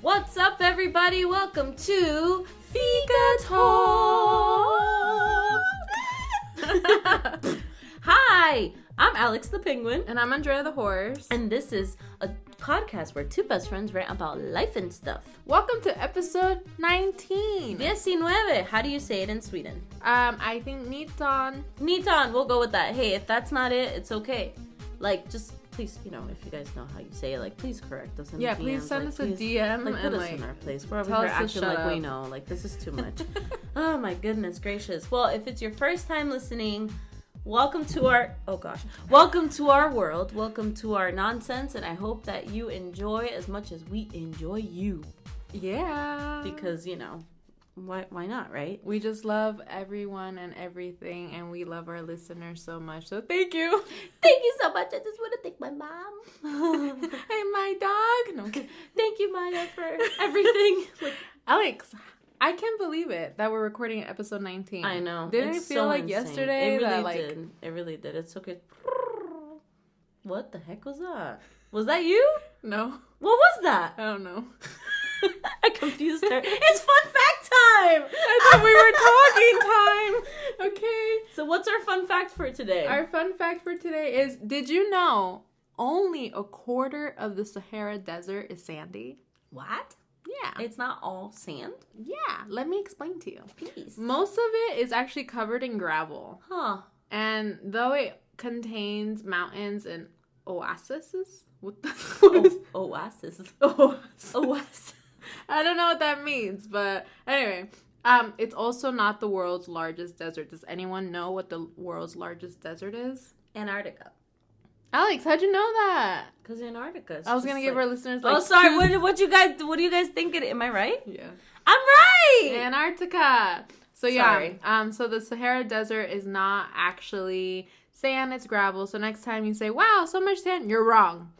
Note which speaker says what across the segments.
Speaker 1: What's up, everybody? Welcome to Fika Talk. Hi, I'm Alex the Penguin,
Speaker 2: And I'm Andrea the Horse.
Speaker 1: and this is a podcast where two best friends rant about life and stuff.
Speaker 2: welcome to episode 19. Um,
Speaker 1: 19. How do you say it in Sweden?
Speaker 2: I think Niton.
Speaker 1: Nitan, we'll go with that. Hey, if that's not it, it's okay. Like, just please, you know, if you guys know how you say it, like, please correct us. In
Speaker 2: Yeah,
Speaker 1: the
Speaker 2: please
Speaker 1: DMs,
Speaker 2: send
Speaker 1: like,
Speaker 2: us a
Speaker 1: please-
Speaker 2: DM
Speaker 1: Like, put
Speaker 2: and
Speaker 1: us
Speaker 2: like.
Speaker 1: in our place. We're over
Speaker 2: tell
Speaker 1: here
Speaker 2: us to
Speaker 1: acting
Speaker 2: shut
Speaker 1: like we
Speaker 2: up.
Speaker 1: know. Like, this is too much. oh my goodness gracious. Well, if it's your first time listening, welcome to our oh gosh, welcome to our world. Welcome to our nonsense, and I hope that you enjoy as much as we enjoy you.
Speaker 2: yeah.
Speaker 1: Because you know, why why not, right?
Speaker 2: we just love everyone and everything, and we love our listeners so much. So thank you.
Speaker 1: Thank you so much. I just want to thank my mom.
Speaker 2: and my dog. No, I'm kidding.
Speaker 1: thank you, Maya, for everything. Like,
Speaker 2: Alex. I can't believe it that we're recording episode 19.
Speaker 1: I know.
Speaker 2: Didn't
Speaker 1: It's
Speaker 2: it feel
Speaker 1: so
Speaker 2: like
Speaker 1: insane.
Speaker 2: yesterday
Speaker 1: It really
Speaker 2: that like
Speaker 1: did. It really did. It's okay. What the heck was that? Was that you?
Speaker 2: no,
Speaker 1: What was that?
Speaker 2: I don't know.
Speaker 1: I confused her. It's fun fact time.
Speaker 2: I thought we were talking time. Okay.
Speaker 1: So what's our fun fact for today?
Speaker 2: Our fun fact for today is Did you know only a quarter of the Sahara Desert is sandy?
Speaker 1: what?
Speaker 2: Yeah.
Speaker 1: It's not all sand.
Speaker 2: Yeah. Let me explain to you.
Speaker 1: Peace.
Speaker 2: Most of it is actually covered in gravel.
Speaker 1: Huh.
Speaker 2: And though it contains mountains and oases, what the what is-
Speaker 1: O- oasis.
Speaker 2: oasis?
Speaker 1: Oh. Oasis.
Speaker 2: I don't know what that means, but anyway. Um, it's also not the world's largest desert. Does anyone know what the world's largest desert is?
Speaker 1: Antarctica.
Speaker 2: Alex, how'd you know that?
Speaker 1: Because Antarctica. is
Speaker 2: I was
Speaker 1: just
Speaker 2: gonna give our
Speaker 1: like-
Speaker 2: listeners like
Speaker 1: Oh, sorry.
Speaker 2: two-
Speaker 1: What, what you guys? What do you guys think? It, am I right?
Speaker 2: Yeah.
Speaker 1: I'm right.
Speaker 2: Antarctica. So yeah,
Speaker 1: Sorry.
Speaker 2: um, so the Sahara Desert is not actually sand; it's gravel. So next time you say, "Wow, so much sand," you're wrong.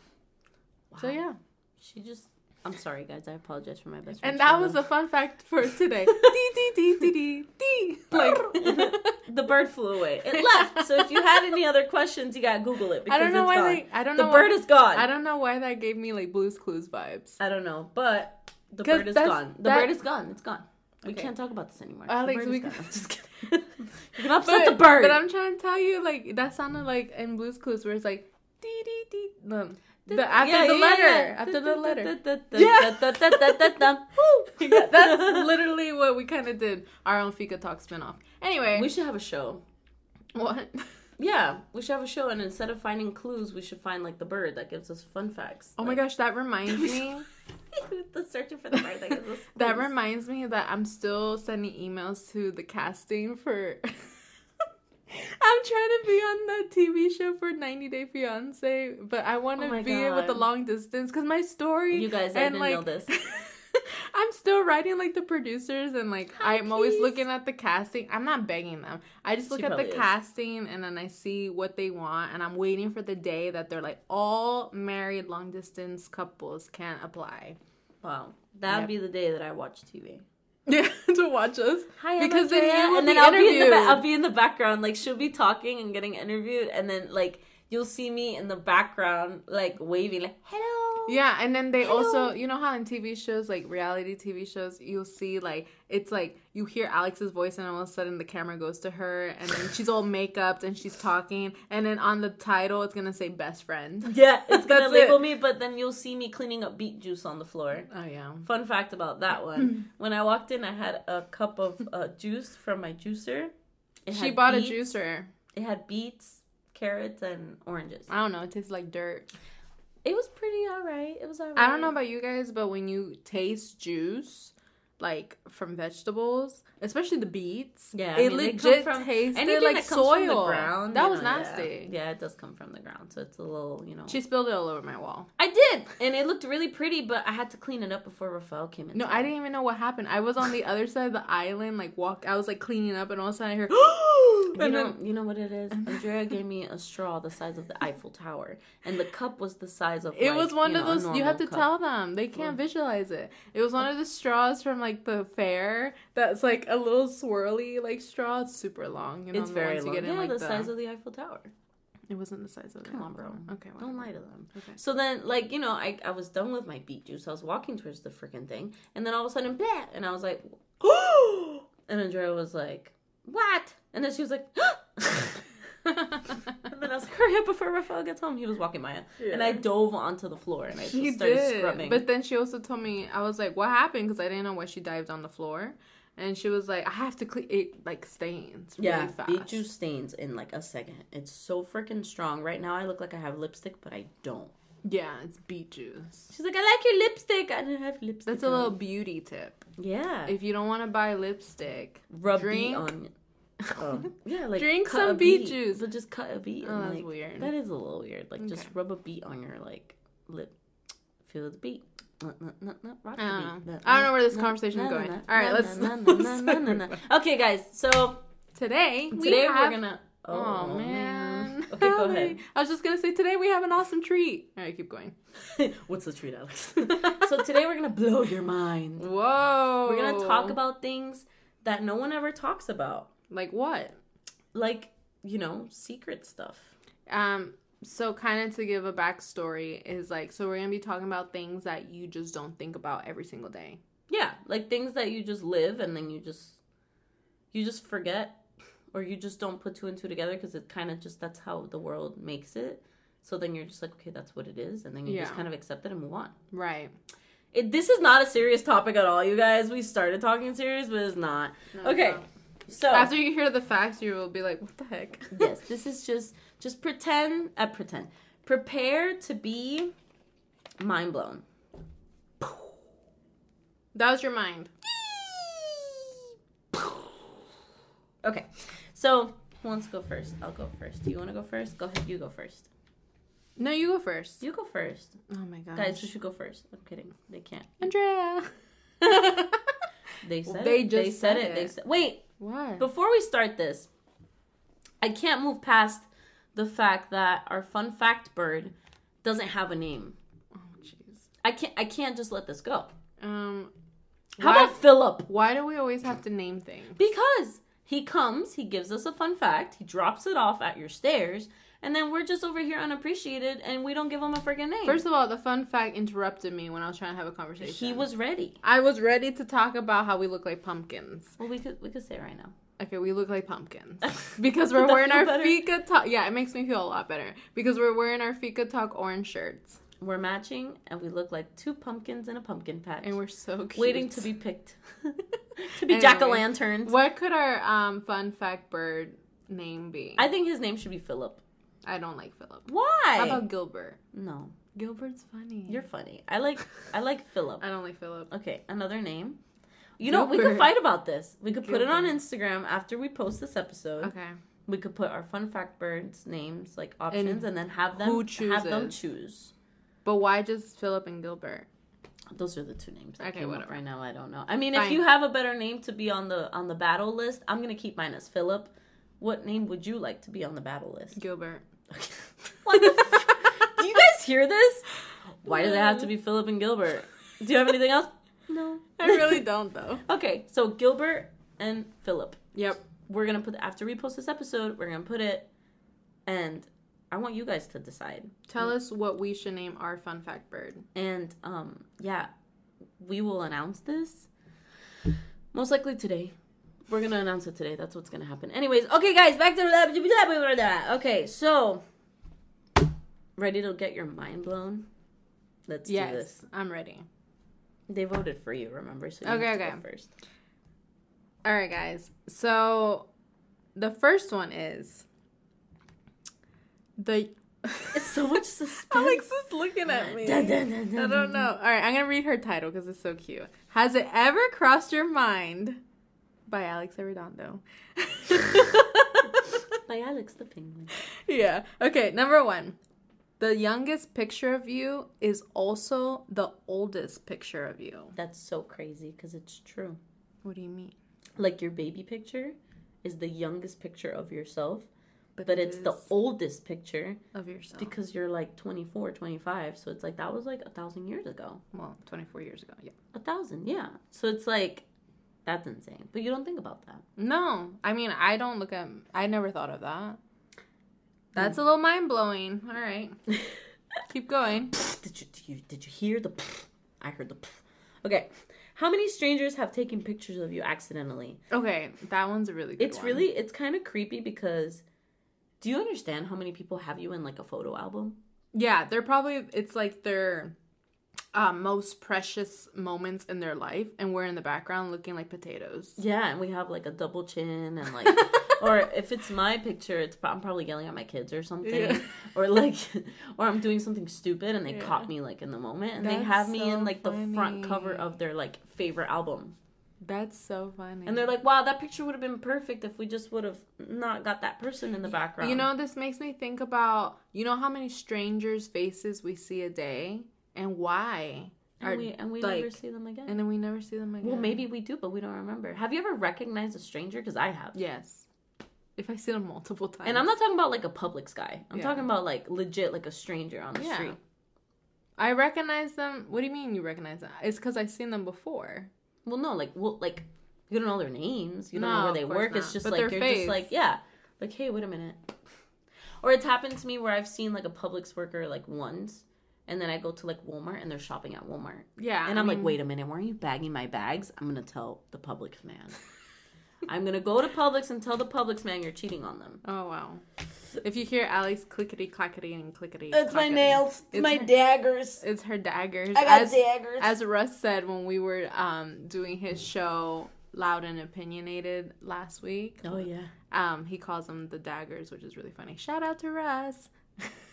Speaker 2: So
Speaker 1: Wow.
Speaker 2: yeah,
Speaker 1: She just. I'm sorry, guys. I apologize for my best. friend's
Speaker 2: and that
Speaker 1: photo.
Speaker 2: was a fun fact for today. dee dee dee dee dee dee. Like
Speaker 1: the bird flew away. It left. So if you had any other questions, you gotta Google it. Because
Speaker 2: I don't know
Speaker 1: it's
Speaker 2: why
Speaker 1: gone.
Speaker 2: they. I don't
Speaker 1: the
Speaker 2: know.
Speaker 1: bird
Speaker 2: why,
Speaker 1: is gone.
Speaker 2: I don't know why that gave me like Blue's Clues vibes.
Speaker 1: I don't know, but the
Speaker 2: 'Cause
Speaker 1: bird is
Speaker 2: that's-
Speaker 1: gone. The
Speaker 2: that-
Speaker 1: bird is gone. It's gone. We
Speaker 2: Okay.
Speaker 1: can't talk about this anymore.
Speaker 2: Alex,
Speaker 1: the bird
Speaker 2: we
Speaker 1: is gone.
Speaker 2: can-
Speaker 1: I'm just kidding. you can upset the bird.
Speaker 2: But I'm trying to tell you, like that sounded like in Blue's Clues, where it's like dee dee dee. No, the, after
Speaker 1: Yeah,
Speaker 2: the
Speaker 1: yeah,
Speaker 2: letter,
Speaker 1: yeah.
Speaker 2: after the letter. Yeah.
Speaker 1: Yeah.
Speaker 2: Yeah, That's literally what we kind of did our own Fika Talk spinoff. Anyway,
Speaker 1: We should have a show.
Speaker 2: what?
Speaker 1: Yeah, we should have a show, and instead of finding clues, we should find like the bird that gives us fun facts.
Speaker 2: Oh my gosh, that reminds me.
Speaker 1: the searching for the bird that gives us.
Speaker 2: That
Speaker 1: clues.
Speaker 2: reminds me that I'm still sending emails to the casting for. I'm trying to be on that TV show for 90 Day Fiance, but I want
Speaker 1: Oh
Speaker 2: to
Speaker 1: my
Speaker 2: be with the
Speaker 1: God.
Speaker 2: long distance because my story.
Speaker 1: You guys, I
Speaker 2: and,
Speaker 1: didn't
Speaker 2: like,
Speaker 1: know this.
Speaker 2: I'm still writing like the producers and like
Speaker 1: Hi,
Speaker 2: I'm always
Speaker 1: please.
Speaker 2: looking at the casting. I'm not begging them. I just look
Speaker 1: She
Speaker 2: at the
Speaker 1: probably is.
Speaker 2: casting and then I see what they want and I'm waiting for the day that they're like all married long distance couples can apply.
Speaker 1: Wow, that would
Speaker 2: Yep.
Speaker 1: be the day that I watch TV.
Speaker 2: Yeah, to watch us.
Speaker 1: Hi,
Speaker 2: Because then
Speaker 1: Andrea.
Speaker 2: you will
Speaker 1: and
Speaker 2: be
Speaker 1: then I'll be in the ba-
Speaker 2: interviewed.
Speaker 1: I'll be in the background, like she'll be talking and getting interviewed, and then like you'll see me in the background, like waving, like hello.
Speaker 2: Yeah, and then they
Speaker 1: Hello.
Speaker 2: also, you know how in TV shows, like reality TV shows, you'll see like it's like you hear Alex's voice, and all of a sudden the camera goes to her, and then she's all makeup and she's talking, and then on the title it's gonna say best friend.
Speaker 1: Yeah, it's gonna
Speaker 2: That's
Speaker 1: label
Speaker 2: it.
Speaker 1: me, but then you'll see me cleaning up beet juice on the floor.
Speaker 2: Oh yeah.
Speaker 1: Fun fact about that
Speaker 2: Mm-hmm.
Speaker 1: one: when I walked in, I had a cup of uh, juice from my juicer. It
Speaker 2: She
Speaker 1: had
Speaker 2: bought
Speaker 1: beet-
Speaker 2: a juicer.
Speaker 1: It had beets, carrots, and oranges.
Speaker 2: I don't know. It tastes like dirt.
Speaker 1: It was pretty alright. It was alright.
Speaker 2: I don't know about you guys, but when you taste juice, like from vegetables, especially the beets,
Speaker 1: Yeah, I
Speaker 2: it
Speaker 1: mean, they come
Speaker 2: legit
Speaker 1: from-
Speaker 2: tasted
Speaker 1: anything
Speaker 2: like
Speaker 1: that comes
Speaker 2: soil.
Speaker 1: from the ground.
Speaker 2: that
Speaker 1: you
Speaker 2: was
Speaker 1: know, yeah.
Speaker 2: nasty.
Speaker 1: Yeah. it does come from the ground, so it's a little, you know.
Speaker 2: She spilled it all over my wall.
Speaker 1: I did, and it looked really pretty, but I had to clean it up before Rafael came in.
Speaker 2: No, I didn't even know what happened. I was on the other side of the island, like walk. I was like cleaning up, and all of a sudden I hear,
Speaker 1: You
Speaker 2: and
Speaker 1: know,
Speaker 2: then
Speaker 1: you know what it is. Andrea gave me a straw the size of the Eiffel Tower, and the cup was the size of.
Speaker 2: it
Speaker 1: like,
Speaker 2: was one
Speaker 1: you
Speaker 2: of
Speaker 1: know, a
Speaker 2: those. You
Speaker 1: normal
Speaker 2: have to
Speaker 1: cup.
Speaker 2: tell them they can't visualize it. It was one of the straws from like the fair that's like a little swirly like straw. It's super long. You know,
Speaker 1: It's
Speaker 2: the
Speaker 1: very
Speaker 2: ones you
Speaker 1: long.
Speaker 2: get in,
Speaker 1: Yeah,
Speaker 2: like,
Speaker 1: the size of the Eiffel Tower.
Speaker 2: It wasn't the size of it.
Speaker 1: Come on, bro.
Speaker 2: Okay.
Speaker 1: Don't
Speaker 2: whatever.
Speaker 1: lie to them.
Speaker 2: Okay.
Speaker 1: So then, like, you know, I, I was done with my beet juice. I was walking towards the freaking thing. And then all of a sudden, blah! And I was like, oh! And Andrea was like, what? And then she was like, and then I was like, hurry up before Rafael gets home. He was walking by. And I dove onto the floor and I just
Speaker 2: She
Speaker 1: started
Speaker 2: did.
Speaker 1: scrubbing.
Speaker 2: But then she also told me I was like, "What happened?" Because I didn't know why she dived on the floor, and she was like, "I have to clean it like stains really
Speaker 1: yeah,
Speaker 2: fast."
Speaker 1: beet juice stains in like a second. It's so freaking strong. Right now, I look like I have lipstick, but I don't.
Speaker 2: Yeah, it's beet juice.
Speaker 1: She's like, I like your lipstick. I didn't have lipstick.
Speaker 2: That's a
Speaker 1: on.
Speaker 2: little beauty tip.
Speaker 1: Yeah.
Speaker 2: If you don't want to buy lipstick,
Speaker 1: rub beet
Speaker 2: Drink-
Speaker 1: on. Um, yeah, like
Speaker 2: Drink
Speaker 1: cut
Speaker 2: some
Speaker 1: a
Speaker 2: beet juice.
Speaker 1: but just cut a beet.
Speaker 2: oh,
Speaker 1: and,
Speaker 2: that's
Speaker 1: like,
Speaker 2: weird.
Speaker 1: That is a little weird. Like just
Speaker 2: Okay.
Speaker 1: rub a beet on your like lip, feel the beat. Nuh, nuh, nuh, nuh, rock the
Speaker 2: I don't
Speaker 1: beat.
Speaker 2: know.
Speaker 1: Nuh,
Speaker 2: I don't know where this
Speaker 1: nuh,
Speaker 2: conversation is
Speaker 1: nuh,
Speaker 2: going.
Speaker 1: nuh,
Speaker 2: All right,
Speaker 1: nuh,
Speaker 2: let's.
Speaker 1: nuh, nuh,
Speaker 2: let's-
Speaker 1: nuh, nuh, nuh, nuh. Okay, guys. So
Speaker 2: Today, we
Speaker 1: today
Speaker 2: have-
Speaker 1: we're gonna.
Speaker 2: Oh, man.
Speaker 1: Okay, go
Speaker 2: Help me.
Speaker 1: ahead.
Speaker 2: I was just gonna say today we have an awesome treat. All right, keep going.
Speaker 1: What's the treat, Alex? so today we're gonna blow your mind.
Speaker 2: Whoa.
Speaker 1: We're gonna talk about things that no one ever talks about,
Speaker 2: like what?
Speaker 1: like you know, secret stuff.
Speaker 2: Um, so kind of to give a backstory is like, so we're gonna be talking about things that you just don't think about every single day.
Speaker 1: Yeah, like things that you just live and then you just you just forget or you just don't put two and two together because it kind of just that's how the world makes it. So then you're just like, okay, that's what it is, and then you just
Speaker 2: Yeah.
Speaker 1: kind of accept it and move on.
Speaker 2: Right.
Speaker 1: It, this is not a serious topic at all, you guys. We started talking serious, but it's not. okay, so
Speaker 2: After you hear the facts, you will be like, what the heck?
Speaker 1: yes, this is just just pretend. Uh, pretend. Prepare to be mind blown.
Speaker 2: that was your mind.
Speaker 1: Okay, so who wants to go first? I'll go first. Do you want to go first? Go ahead. You go first.
Speaker 2: No, you go first.
Speaker 1: You go first.
Speaker 2: Oh my god.
Speaker 1: Guys, you should go first. I'm kidding. They can't.
Speaker 2: Andrea.
Speaker 1: They said
Speaker 2: They
Speaker 1: it.
Speaker 2: just
Speaker 1: they said,
Speaker 2: said
Speaker 1: it. They
Speaker 2: it.
Speaker 1: said. Wait,
Speaker 2: what?
Speaker 1: before we start this, I can't move past the fact that our fun fact bird doesn't have a name.
Speaker 2: oh jeez.
Speaker 1: I can't. I can't just let this go.
Speaker 2: Um.
Speaker 1: How
Speaker 2: why,
Speaker 1: about Philip?
Speaker 2: why do we always have to name things?
Speaker 1: Because he comes, he gives us a fun fact, he drops it off at your stairs, and then we're just over here unappreciated and we don't give him a freaking name.
Speaker 2: First of all, the fun fact interrupted me when I was trying to have a conversation.
Speaker 1: he was ready.
Speaker 2: I was ready to talk about how we look like pumpkins.
Speaker 1: Well, we could we could say it right now.
Speaker 2: Okay, we look like pumpkins because we're
Speaker 1: Does that
Speaker 2: wearing
Speaker 1: feel
Speaker 2: our
Speaker 1: better?
Speaker 2: Fika talk. Yeah, it makes me feel a lot better because we're wearing our Fika talk orange shirts
Speaker 1: We're matching and we look like two pumpkins in a pumpkin patch.
Speaker 2: and we're so cute.
Speaker 1: waiting to be picked. to be
Speaker 2: Anyway.
Speaker 1: jack o' lanterns.
Speaker 2: What could our um fun fact bird name be?
Speaker 1: I think his name should be Philip.
Speaker 2: I don't like Philip.
Speaker 1: Why?
Speaker 2: How about Gilbert?
Speaker 1: no.
Speaker 2: Gilbert's funny.
Speaker 1: You're funny. I like I like Philip.
Speaker 2: I don't like Philip.
Speaker 1: Okay, another name. You know, we could
Speaker 2: Gilbert.
Speaker 1: fight about this. We could put it on
Speaker 2: Gilbert.
Speaker 1: Instagram after we post this episode.
Speaker 2: Okay.
Speaker 1: we could put our fun fact birds names like options and, then have them
Speaker 2: who
Speaker 1: have them
Speaker 2: chooses.
Speaker 1: choose
Speaker 2: But why just Philip and Gilbert?
Speaker 1: those are the two names that
Speaker 2: Okay,
Speaker 1: came up
Speaker 2: whatever.
Speaker 1: right now i don't know i mean if
Speaker 2: Fine.
Speaker 1: you have a better name to be on the on the battle list i'm gonna keep mine as philip what name would you like to be on the battle list
Speaker 2: Gilbert.
Speaker 1: what the f- do you guys hear this why does it have to be philip and gilbert do you have anything else no
Speaker 2: I really don't though.
Speaker 1: okay so gilbert and philip
Speaker 2: Yep.
Speaker 1: we're gonna put after we post this episode we're gonna put it and i want you guys to decide
Speaker 2: Tell us what we should name our fun fact bird.
Speaker 1: And um, yeah, we will announce this most likely today. We're gonna announce it today. That's what's gonna happen. Anyways, okay, guys, back to that. Okay, so ready to get your mind blown? Let's
Speaker 2: yes,
Speaker 1: do this.
Speaker 2: I'm ready.
Speaker 1: They voted for you, remember? So you okay,
Speaker 2: Okay,
Speaker 1: have to
Speaker 2: okay.
Speaker 1: go first.
Speaker 2: All right, guys. So the first one is the.
Speaker 1: It's so much suspense.
Speaker 2: Alex is looking at me.
Speaker 1: Dun,
Speaker 2: I
Speaker 1: dun, dun, dun,
Speaker 2: don't know. All right, I'm gonna read her title because it's so cute. Has it ever crossed your mind? By Alex Arredondo.
Speaker 1: By Alex the Penguin.
Speaker 2: yeah. Okay. Number one, the youngest picture of you is also the oldest picture of you.
Speaker 1: That's so crazy because it's true.
Speaker 2: What do you mean?
Speaker 1: Like your baby picture is the youngest picture of yourself, but,
Speaker 2: it
Speaker 1: it's the
Speaker 2: is
Speaker 1: oldest picture
Speaker 2: of yourself.
Speaker 1: because you're like 24 25 so it's like that was like a thousand years ago
Speaker 2: well, 24 years ago. Yeah.
Speaker 1: a thousand yeah so it's like that's insane but you don't think about that
Speaker 2: No, I mean I don't look at. I never thought of that.
Speaker 1: Mm.
Speaker 2: That's a little mind blowing. All right. Keep going.
Speaker 1: Did you, did you did you hear the? I heard the. Okay, how many strangers have taken pictures of you accidentally?
Speaker 2: Okay, that one's a really good
Speaker 1: It's
Speaker 2: one.
Speaker 1: really it's kind of creepy because, do you understand how many people have you in like a photo album?
Speaker 2: Yeah, they're probably it's like their uh, most precious moments in their life and we're in the background looking like potatoes.
Speaker 1: Yeah, and we have like a double chin and like, or if it's my picture, it's pro- I'm probably yelling at my kids or something,
Speaker 2: Yeah.
Speaker 1: or like, or I'm doing something stupid and they
Speaker 2: Yeah.
Speaker 1: caught me like in the moment and they
Speaker 2: That's
Speaker 1: have me
Speaker 2: so
Speaker 1: in like the front cover
Speaker 2: funny.
Speaker 1: of their like favorite album.
Speaker 2: That's so funny.
Speaker 1: And they're like, wow, that picture would have been perfect if we just would have not got that person in the background.
Speaker 2: You know, this makes me think about you know how many strangers' faces we see a day and why? Are-
Speaker 1: and we, and we
Speaker 2: like-
Speaker 1: never see them again.
Speaker 2: and then we never see them again.
Speaker 1: well, maybe we do, but we don't remember. Have you ever recognized a stranger? Because I have.
Speaker 2: Yes. If I see them multiple times.
Speaker 1: And I'm not talking about like a Publix guy. I'm
Speaker 2: Yeah.
Speaker 1: talking about like legit, like a stranger on the
Speaker 2: Yeah.
Speaker 1: street.
Speaker 2: I recognize them. What do you mean you recognize them? It's because I've seen them before.
Speaker 1: Well, no, like, well, like you don't know their names. You don't know
Speaker 2: No,
Speaker 1: where
Speaker 2: of
Speaker 1: they
Speaker 2: course
Speaker 1: work.
Speaker 2: not.
Speaker 1: It's just
Speaker 2: But
Speaker 1: like
Speaker 2: their
Speaker 1: you're just
Speaker 2: face.
Speaker 1: like, yeah, like, hey, wait a minute. Or it's happened to me where I've seen like a Publix worker like once, and then I go to like Walmart and they're shopping at Walmart,
Speaker 2: Yeah.
Speaker 1: and I'm like,
Speaker 2: mean,
Speaker 1: wait a minute, weren't you bagging my bags? I'm gonna tell the Publix man. I'm gonna go to Publix and tell the Publix man you're cheating on them.
Speaker 2: Oh, wow. If you hear Alex clickety clackety and clickety. clackety, It's
Speaker 1: my
Speaker 2: her-
Speaker 1: daggers.
Speaker 2: It's her daggers. as,
Speaker 1: daggers.
Speaker 2: as Russ said when we were um, doing his show, Loud and Opinionated, last week.
Speaker 1: oh yeah,
Speaker 2: Um, he calls them the daggers, which is really funny. Shout out to Russ.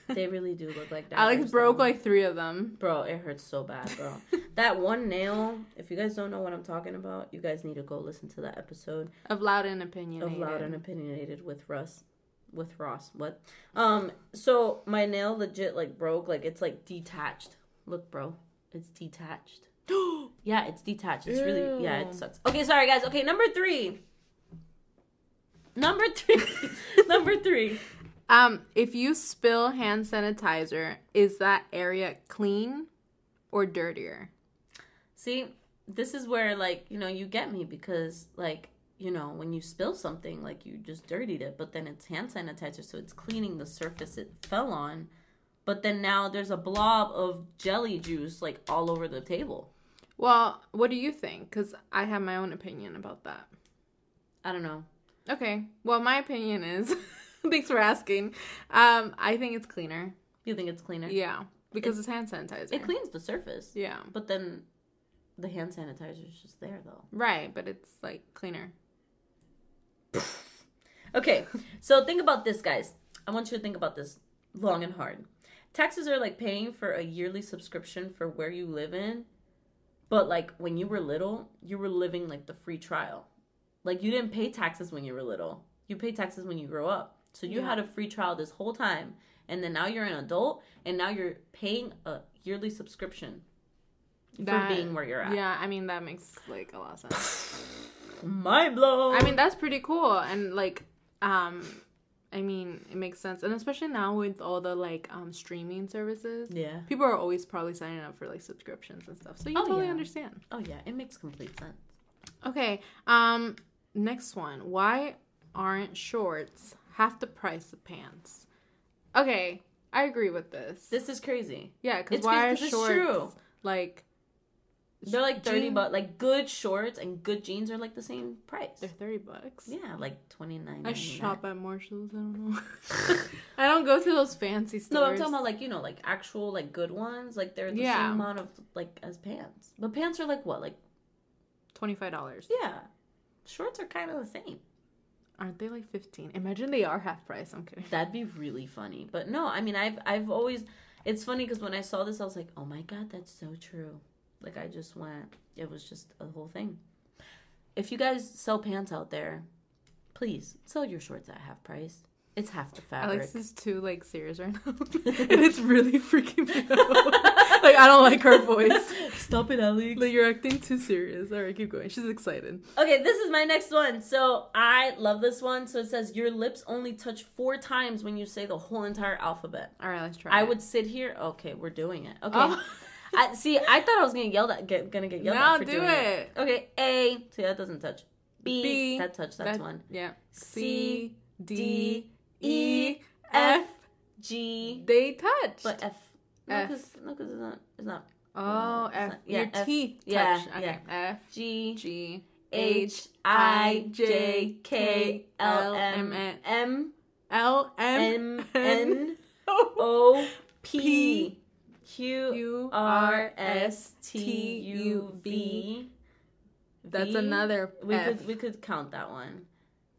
Speaker 1: they really do look like daggers.
Speaker 2: Alex broke
Speaker 1: though.
Speaker 2: like three of them.
Speaker 1: Bro, it hurts so bad, bro. that one nail, if you guys don't know what I'm talking about, you guys need to go listen to that episode
Speaker 2: Of Loud and Opinionated.
Speaker 1: of Loud and Opinionated with Russ. With Ross. What? Um, so my nail legit like broke, like it's like detached. Look, bro. It's detached. Yeah, it's detached. It's really yeah,
Speaker 2: Ew.
Speaker 1: it sucks. Okay, sorry guys. Okay, number three. Number three. number three.
Speaker 2: Um, if you spill hand sanitizer, is that area clean or dirtier?
Speaker 1: See, this is where like, you know, you get me because like, you know, when you spill something, like you just dirtied it, but then it's hand sanitizer, so it's cleaning the surface it fell on. But then now there's a blob of jelly juice like all over the table.
Speaker 2: Well, what do you think? Because I have my own opinion about that.
Speaker 1: I don't know.
Speaker 2: Okay. Well, my opinion is, thanks for asking. Um, I think it's cleaner.
Speaker 1: You think it's cleaner?
Speaker 2: Yeah, because it's hand sanitizer.
Speaker 1: It cleans the surface.
Speaker 2: yeah.
Speaker 1: But then the hand sanitizer is just there though.
Speaker 2: Right, but it's like cleaner.
Speaker 1: Okay, so think about this, guys. I want you to think about this long and hard. Taxes are like paying for a yearly subscription for where you live in, but like when you were little, you were living like the free trial. Like you didn't pay taxes when you were little, you pay taxes when you grow up. So you
Speaker 2: Yeah.
Speaker 1: had a free trial this whole time, and then now you're an adult, and now you're paying a yearly subscription
Speaker 2: That-
Speaker 1: for being where you're at.
Speaker 2: Yeah, I mean that makes like a lot of sense.
Speaker 1: Mind blown.
Speaker 2: I mean that's pretty cool and like um I mean it makes sense and especially now with all the like um streaming services.
Speaker 1: yeah.
Speaker 2: People are always probably signing up for like subscriptions and stuff. So you
Speaker 1: Oh,
Speaker 2: totally
Speaker 1: yeah.
Speaker 2: understand.
Speaker 1: Oh yeah, it makes complete sense.
Speaker 2: Okay. Um next one. Why aren't shorts half the price of pants? Okay, I agree with this.
Speaker 1: This is crazy.
Speaker 2: yeah, cuz
Speaker 1: It's
Speaker 2: why are
Speaker 1: 'cause it's
Speaker 2: shorts
Speaker 1: true.
Speaker 2: like
Speaker 1: They're like thirty
Speaker 2: Jean-
Speaker 1: bucks. Like good shorts and good jeans are like the same price.
Speaker 2: They're 30 bucks.
Speaker 1: Yeah, like twenty nine.
Speaker 2: I shop at Marshalls. I don't know. I don't go to those fancy stores.
Speaker 1: No, I'm talking about like you know like actual like good ones. Like they're the
Speaker 2: Yeah.
Speaker 1: same amount of like as pants. But pants are like what? Like
Speaker 2: twenty-five dollars.
Speaker 1: yeah, shorts are kind of the same.
Speaker 2: Aren't they like fifteen? Imagine they are half price. I'm kidding.
Speaker 1: That'd be really funny. But no, I mean I've I've always. It's funny because when I saw this, I was like, oh my god, that's so true. Like I just went. It was just a whole thing. If you guys sell pants out there, please sell your shorts at half price. It's half the fabric.
Speaker 2: Alex is too like serious right now, and it's really freaking me out. like I don't like her voice.
Speaker 1: Stop it, Alex.
Speaker 2: Like you're acting too serious. All right, keep going. She's excited.
Speaker 1: Okay, this is my next one. So I love this one. So it says your lips only touch four times when you say the whole entire alphabet.
Speaker 2: All right, let's try.
Speaker 1: I
Speaker 2: it.
Speaker 1: would sit here. Okay, we're doing it. Okay.
Speaker 2: Oh.
Speaker 1: I, see, I thought I was gonna yell that get, gonna get yelled
Speaker 2: now
Speaker 1: at for
Speaker 2: do
Speaker 1: doing it.
Speaker 2: it.
Speaker 1: Okay, A. See that doesn't touch. B.
Speaker 2: B.
Speaker 1: That touch. That's
Speaker 2: That-
Speaker 1: one.
Speaker 2: Yeah.
Speaker 1: C,
Speaker 2: C D E
Speaker 1: F G,
Speaker 2: They touched.
Speaker 1: but F. No,
Speaker 2: F.
Speaker 1: because it's not. It's not
Speaker 2: oh, F.
Speaker 1: yeah,
Speaker 2: Your
Speaker 1: F-
Speaker 2: teeth touched.
Speaker 1: yeah,
Speaker 2: okay. F
Speaker 1: G
Speaker 2: G
Speaker 1: H I J K L M M
Speaker 2: L M Oh,
Speaker 1: M N O P
Speaker 2: P
Speaker 1: Q
Speaker 2: U
Speaker 1: R S T U V.
Speaker 2: That's
Speaker 1: V.
Speaker 2: another
Speaker 1: We
Speaker 2: F.
Speaker 1: could we could count that one.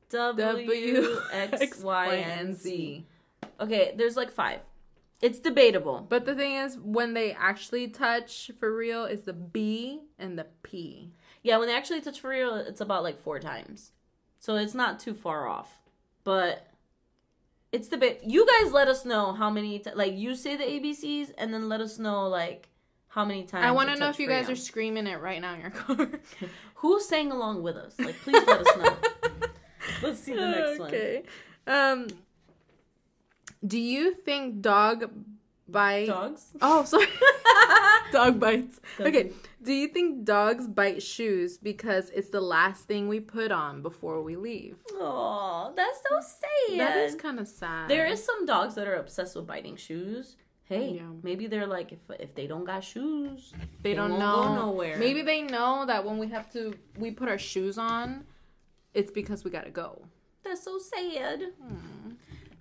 Speaker 1: W X Y and Z. Okay, there's like five. It's debatable.
Speaker 2: But the thing is, when they actually touch for real, is the B and the P.
Speaker 1: Yeah, when they actually touch for real, it's about like four times. So it's not too far off. But it's the bit. You guys let us know how many, t- like, you say the ABCs and then let us know, like, how many times.
Speaker 2: I want
Speaker 1: it
Speaker 2: to know
Speaker 1: touched
Speaker 2: if you
Speaker 1: for
Speaker 2: guys
Speaker 1: real.
Speaker 2: are screaming it right now in your car.
Speaker 1: Who sang along with us? Like, please let us know. Let's see the next one.
Speaker 2: okay. Um, do you think dog bite?
Speaker 1: Dogs?
Speaker 2: Oh, sorry. dog bites.
Speaker 1: Mm. Dog
Speaker 2: okay. Do you think dogs bite shoes because it's the last thing we put on before we leave?
Speaker 1: Oh, that's so sad.
Speaker 2: That is kind of sad.
Speaker 1: There is some dogs that are obsessed with biting shoes. Hey,
Speaker 2: Um, Yeah.
Speaker 1: maybe they're like if if they don't got shoes,
Speaker 2: they don't
Speaker 1: won't
Speaker 2: know
Speaker 1: go nowhere.
Speaker 2: Maybe they know that when we have to we put our shoes on, it's because we gotta go.
Speaker 1: that's so sad.
Speaker 2: Hmm.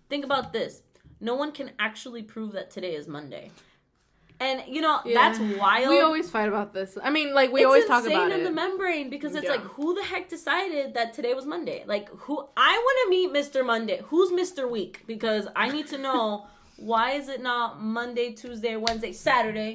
Speaker 1: Think about this. No one can actually prove that today is Monday. And you know,
Speaker 2: Yeah.
Speaker 1: that's wild.
Speaker 2: We always fight about this. I mean, like we
Speaker 1: It's
Speaker 2: always talk
Speaker 1: insane
Speaker 2: about
Speaker 1: in
Speaker 2: it.
Speaker 1: the membrane because it's
Speaker 2: Yeah.
Speaker 1: like who the heck decided that today was Monday? Like who I want to meet Mr. Monday. Who's Mr. Week? Because I need to know why is it not Monday, Tuesday, Wednesday, Saturday?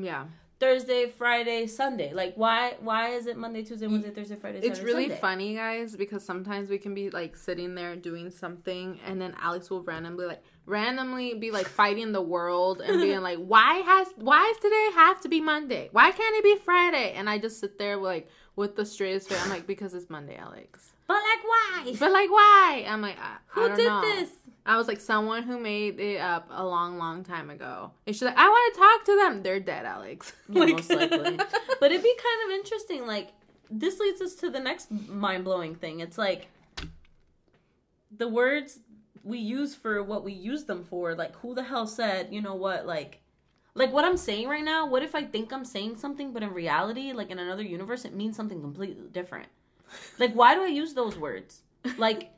Speaker 2: yeah,
Speaker 1: Thursday, Friday, Sunday. Like why why is it Monday, Tuesday, Wednesday, Thursday, Friday, Saturday?
Speaker 2: it's really
Speaker 1: Sunday?
Speaker 2: funny, guys, because sometimes we can be like sitting there doing something, and then Alex will randomly like randomly be like fighting the world and being like, "Why has why does today have to be Monday? Why can't it be Friday?" And I just sit there like with the straightest face. I'm like, "Because it's Monday, Alex."
Speaker 1: But like why?
Speaker 2: But like, why? I'm like, I, I
Speaker 1: Who
Speaker 2: don't
Speaker 1: did
Speaker 2: know.
Speaker 1: this?
Speaker 2: I was like, someone who made it up a long, long time ago. And she's like, I want to talk to them. They're dead, Alex.
Speaker 1: Yeah, most likely. But it'd be kind of interesting. Like this leads us to the next mind blowing thing. It's like the words we use for what we use them for. Like who the hell said you know what? Like like what I'm saying right now. What if I think I'm saying something, but in reality, like in another universe, it means something completely different. Like why do I use those words? Like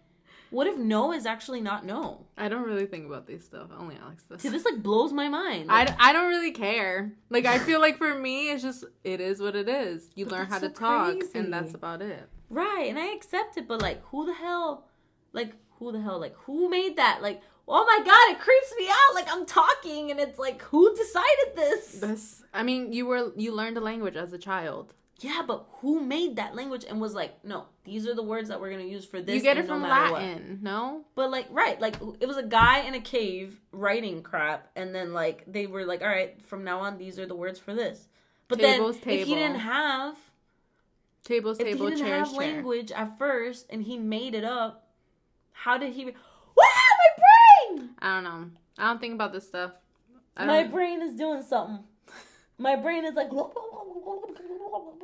Speaker 1: what if no is actually not no?
Speaker 2: I don't really think about these stuff. Only Alex does.
Speaker 1: See, this like blows my mind.
Speaker 2: I, I don't really care. Like, I feel like for me, it's just, it is what it is. You learn
Speaker 1: that's
Speaker 2: how to
Speaker 1: so
Speaker 2: talk,
Speaker 1: crazy.
Speaker 2: and that's about it.
Speaker 1: Right, and I accept it, but like, who the hell, like, who the hell, like, who made that? Like, oh my god, it creeps me out. Like, I'm talking, and it's like, who decided this?
Speaker 2: That's, I mean, you were, you learned a language as a child.
Speaker 1: yeah, but who made that language and was like, no, these are the words that we're gonna use for this.
Speaker 2: you get
Speaker 1: and
Speaker 2: it from
Speaker 1: no matter what.
Speaker 2: Latin, no?
Speaker 1: But like, right, like, it was a guy in a cave writing crap, and then like, they were like, all right, from now on, these are the words for this. But
Speaker 2: Table's
Speaker 1: then, if he
Speaker 2: table.
Speaker 1: didn't have,
Speaker 2: Tables,
Speaker 1: if
Speaker 2: table,
Speaker 1: he didn't
Speaker 2: chairs,
Speaker 1: have
Speaker 2: chair.
Speaker 1: language at first and he made it up, how did he? What? My brain!
Speaker 2: I don't know. I don't think about this stuff. I
Speaker 1: My
Speaker 2: don't-
Speaker 1: brain is doing something. My brain is like.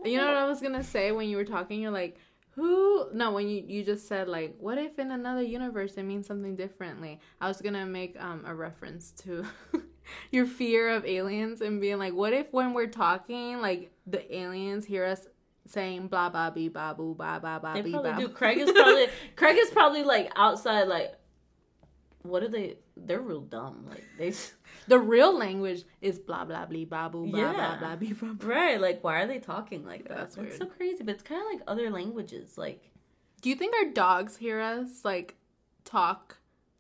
Speaker 2: You know what I was gonna say when you were talking? You're like, who? No, when you you just said like, what if in another universe it means something differently? I was gonna make um a reference to your fear of aliens and being like, what if when we're talking, like the aliens hear us saying blah blah bee blah boo blah blah blah
Speaker 1: They
Speaker 2: bee
Speaker 1: probably
Speaker 2: blah.
Speaker 1: do. Craig is probably Craig is probably like outside. Like, what are they? They're real dumb. Like they.
Speaker 2: the real language is blah blah blee blah boo blah
Speaker 1: Yeah.
Speaker 2: blah blah bee blah. blah.
Speaker 1: Right, like why are they talking like that?
Speaker 2: That's
Speaker 1: That's,
Speaker 2: weird.
Speaker 1: so crazy, but it's kind of like other languages, like,
Speaker 2: Do you think our dogs hear us like talk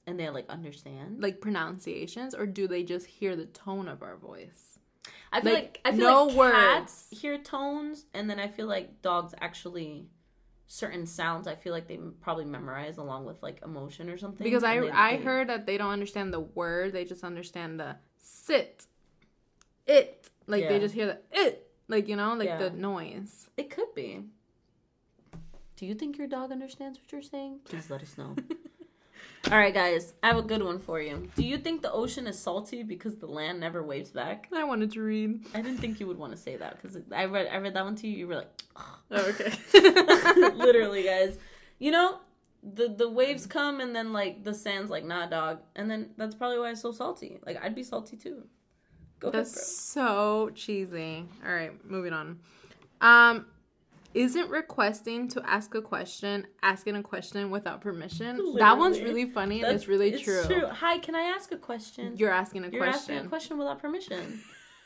Speaker 1: and they like understand.
Speaker 2: like pronunciations, or do they just hear the tone of our voice?
Speaker 1: I feel
Speaker 2: Like,
Speaker 1: like, I feel
Speaker 2: no
Speaker 1: like cats hear tones, and then I feel like dogs actually certain sounds. I feel like they probably memorize along with like emotion or something.
Speaker 2: Because I
Speaker 1: and they-
Speaker 2: I
Speaker 1: they-
Speaker 2: heard that they don't understand the word, they just understand the sit, it. Like they
Speaker 1: Yeah.
Speaker 2: just hear the it, like you know, like
Speaker 1: Yeah.
Speaker 2: the noise.
Speaker 1: it could be. Do you think your dog understands what you're saying? Please let us know. All right, guys, I have a good one for you. Do you think the ocean is salty because the land never waves back?
Speaker 2: I wanted to read.
Speaker 1: I didn't think you would want to say that because I read I read that one to you. You were like,
Speaker 2: Oh, okay.
Speaker 1: literally, guys. You know, the the waves come and then like the sand's like nah dog and then that's probably why it's so salty like i'd be salty too go ahead
Speaker 2: That's so cheesy. All right, moving on. Um, isn't requesting to ask a question asking a question without permission? That one's
Speaker 1: Literally.
Speaker 2: really funny
Speaker 1: bro
Speaker 2: and it's really
Speaker 1: That's-
Speaker 2: true.
Speaker 1: hi can i ask a question
Speaker 2: You're asking a
Speaker 1: You're
Speaker 2: question.
Speaker 1: asking a question without permission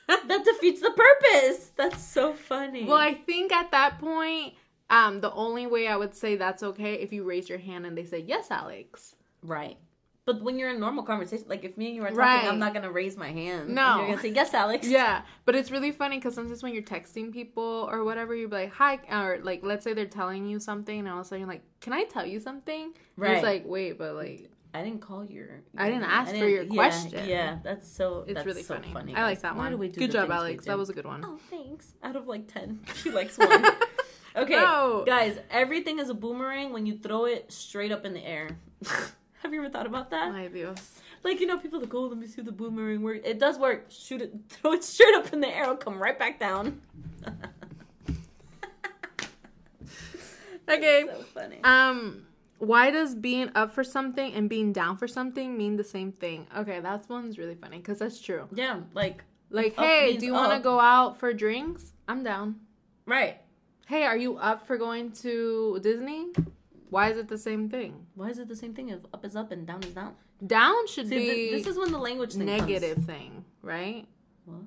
Speaker 1: that defeats the purpose that's so funny
Speaker 2: Well, I think at that point, um, the only way I would say that's okay if you raise your hand and they say yes, Alex.
Speaker 1: right but when you're in normal conversation like if me and you are talking
Speaker 2: Right.
Speaker 1: i'm not gonna raise my hand
Speaker 2: No.
Speaker 1: you're gonna say yes alex
Speaker 2: Yeah, but it's really funny because sometimes when you're texting people or whatever, you're like, "Hi," or like, let's say they're telling you something, and all of a sudden you're like, "Can I tell you something?" Right.
Speaker 1: Right.
Speaker 2: It's like, wait, but like,
Speaker 1: I didn't call your.
Speaker 2: I didn't ask for your
Speaker 1: yeah,
Speaker 2: question.
Speaker 1: Yeah, that's so.
Speaker 2: it's
Speaker 1: that's
Speaker 2: really
Speaker 1: so
Speaker 2: funny.
Speaker 1: funny.
Speaker 2: I
Speaker 1: guys.
Speaker 2: like that
Speaker 1: Why
Speaker 2: one.
Speaker 1: do we do
Speaker 2: Good
Speaker 1: the things
Speaker 2: job,
Speaker 1: we
Speaker 2: Alex.
Speaker 1: do?
Speaker 2: That was a good one.
Speaker 1: Oh, thanks. Out of like 10, she likes one. Okay.
Speaker 2: No.
Speaker 1: Guys, everything is a boomerang when you throw it straight up in the air. Have you ever thought about that?
Speaker 2: My Dios.
Speaker 1: Like, you know, people that go, let me see the boomerang work. It does work. Shoot it, throw it straight up in the air, it'll come right back down.
Speaker 2: Okay.
Speaker 1: So funny.
Speaker 2: Um, why does being up for something and being down for something mean the same thing? Okay, that one's really funny because that's true.
Speaker 1: Yeah, like,
Speaker 2: Like,
Speaker 1: Up
Speaker 2: hey,
Speaker 1: means
Speaker 2: do you want to
Speaker 1: up.
Speaker 2: go out for drinks? I'm down.
Speaker 1: right.
Speaker 2: Hey, are you up for going to Disney? Why is it the same thing?
Speaker 1: Why is it the same thing if up is up and down is down?
Speaker 2: Down should
Speaker 1: See,
Speaker 2: be
Speaker 1: th- this is when the language thing comes.
Speaker 2: negative thing, right?
Speaker 1: What?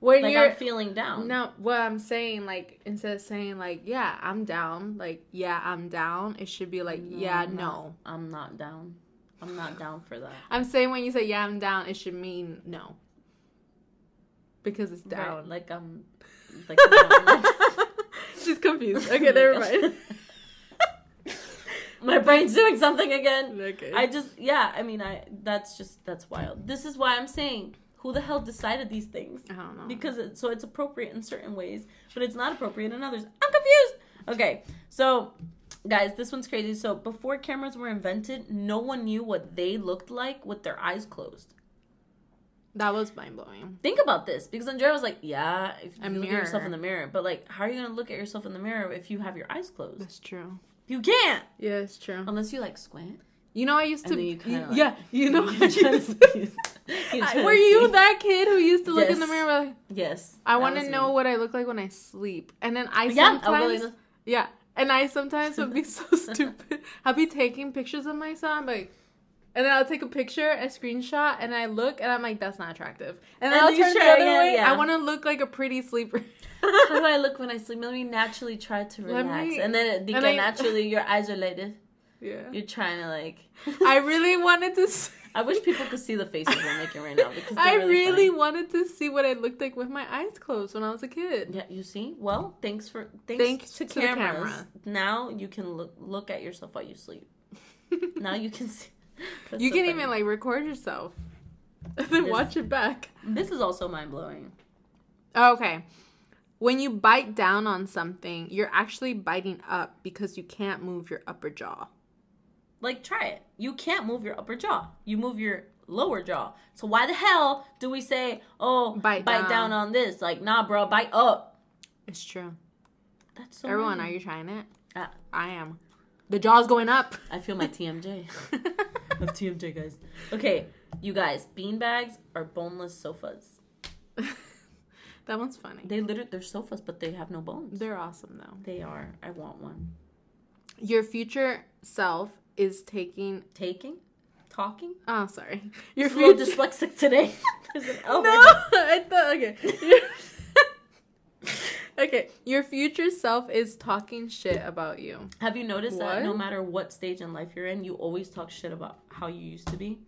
Speaker 2: When
Speaker 1: Like,
Speaker 2: you're
Speaker 1: I'm feeling down.
Speaker 2: no, what I'm saying, like instead of saying like, yeah, I'm down, like yeah, I'm down, it should be like, yeah,
Speaker 1: I'm not-
Speaker 2: no.
Speaker 1: I'm not down. I'm not down for that.
Speaker 2: I'm saying when you say yeah, I'm down, it should mean no. Because it's
Speaker 1: Right,
Speaker 2: down.
Speaker 1: Like I'm like I'm not-
Speaker 2: She's confused. Okay, never
Speaker 1: Oh my
Speaker 2: mind.
Speaker 1: gosh. My brain's doing something again.
Speaker 2: okay.
Speaker 1: I just yeah, I mean I that's just that's wild. This is why I'm saying who the hell decided these things?
Speaker 2: I don't know.
Speaker 1: Because it, so it's appropriate in certain ways, but it's not appropriate in others. I'm confused. Okay. So guys, this one's crazy. So before cameras were invented, no one knew what they looked like with their eyes closed.
Speaker 2: that was mind blowing.
Speaker 1: Think about this because Andrea was like, "Yeah, if you
Speaker 2: A
Speaker 1: look at yourself
Speaker 2: mirror.
Speaker 1: in the mirror, but like, how are you gonna look at yourself in the mirror if you have your eyes closed?
Speaker 2: That's true.
Speaker 1: You can't
Speaker 2: Yeah, it's true.
Speaker 1: unless you like squint."
Speaker 2: You know, I used
Speaker 1: And
Speaker 2: to.
Speaker 1: then you kinda
Speaker 2: y-
Speaker 1: like-
Speaker 2: yeah, you know, I used
Speaker 1: just-
Speaker 2: to.
Speaker 1: you
Speaker 2: I-
Speaker 1: just
Speaker 2: were you
Speaker 1: see.
Speaker 2: that kid who used to look in the
Speaker 1: Yes.
Speaker 2: mirror? and be Like,
Speaker 1: Yes,
Speaker 2: I
Speaker 1: that
Speaker 2: want
Speaker 1: was
Speaker 2: to
Speaker 1: me.
Speaker 2: know what I look like when I sleep, and then I
Speaker 1: Yeah, oh, I
Speaker 2: sometimes,
Speaker 1: really
Speaker 2: yeah, and I sometimes would be so stupid. I'll be taking pictures of myself, I'm like, and then I'll take a picture, a screenshot, and I look, and I'm like, that's not attractive, and, then
Speaker 1: And
Speaker 2: I'll
Speaker 1: then you
Speaker 2: turn the
Speaker 1: try
Speaker 2: other
Speaker 1: again,
Speaker 2: way.
Speaker 1: yeah.
Speaker 2: I want to look like a pretty sleeper.
Speaker 1: How do I look when I sleep? Let me naturally try to
Speaker 2: Let
Speaker 1: relax,
Speaker 2: me-
Speaker 1: and then it,
Speaker 2: and
Speaker 1: beca-
Speaker 2: I-
Speaker 1: naturally your eyes are lighted.
Speaker 2: yeah,
Speaker 1: You're trying to like.
Speaker 2: I really wanted to. s
Speaker 1: I wish people could see the faces we're making right now because
Speaker 2: I
Speaker 1: they're
Speaker 2: really
Speaker 1: funny.
Speaker 2: wanted to see what I looked like with my eyes closed when I was a kid.
Speaker 1: Yeah, you see. Well, thanks for thanks,
Speaker 2: Thanks
Speaker 1: to,
Speaker 2: to the
Speaker 1: cameras.
Speaker 2: camera.
Speaker 1: Now you can look look at yourself while you sleep. Now you can see. That's
Speaker 2: you
Speaker 1: so
Speaker 2: can
Speaker 1: funny.
Speaker 2: even like record yourself and then
Speaker 1: This-
Speaker 2: watch it back.
Speaker 1: This is also mind blowing.
Speaker 2: Okay. When you bite down on something, you're actually biting up because you can't move your upper jaw.
Speaker 1: Like, try it. You can't move your upper jaw. You move your lower jaw. So why the hell do we say, "Oh, bite,
Speaker 2: Bite
Speaker 1: bite down.
Speaker 2: down.
Speaker 1: on this"? Like, nah, bro, bite up.
Speaker 2: It's true.
Speaker 1: That's so.
Speaker 2: Everyone,
Speaker 1: mean.
Speaker 2: are you trying it?
Speaker 1: Ah,
Speaker 2: I am. The jaw's going up.
Speaker 1: I feel my TMJ. of TMJ guys. Okay, you guys, beanbags are boneless sofas.
Speaker 2: that one's funny.
Speaker 1: They literally they're sofas, but they have no bones.
Speaker 2: They're awesome though.
Speaker 1: They are. I want one.
Speaker 2: Your future self is taking.
Speaker 1: Taking, talking.
Speaker 2: Oh, sorry. Your
Speaker 1: A little
Speaker 2: future.
Speaker 1: dyslexic today. There's an L.
Speaker 2: no, I thought okay. okay, your future self is talking shit about you.
Speaker 1: Have you noticed that no
Speaker 2: What?
Speaker 1: matter what stage in life you're in, you always talk shit about how you used to be?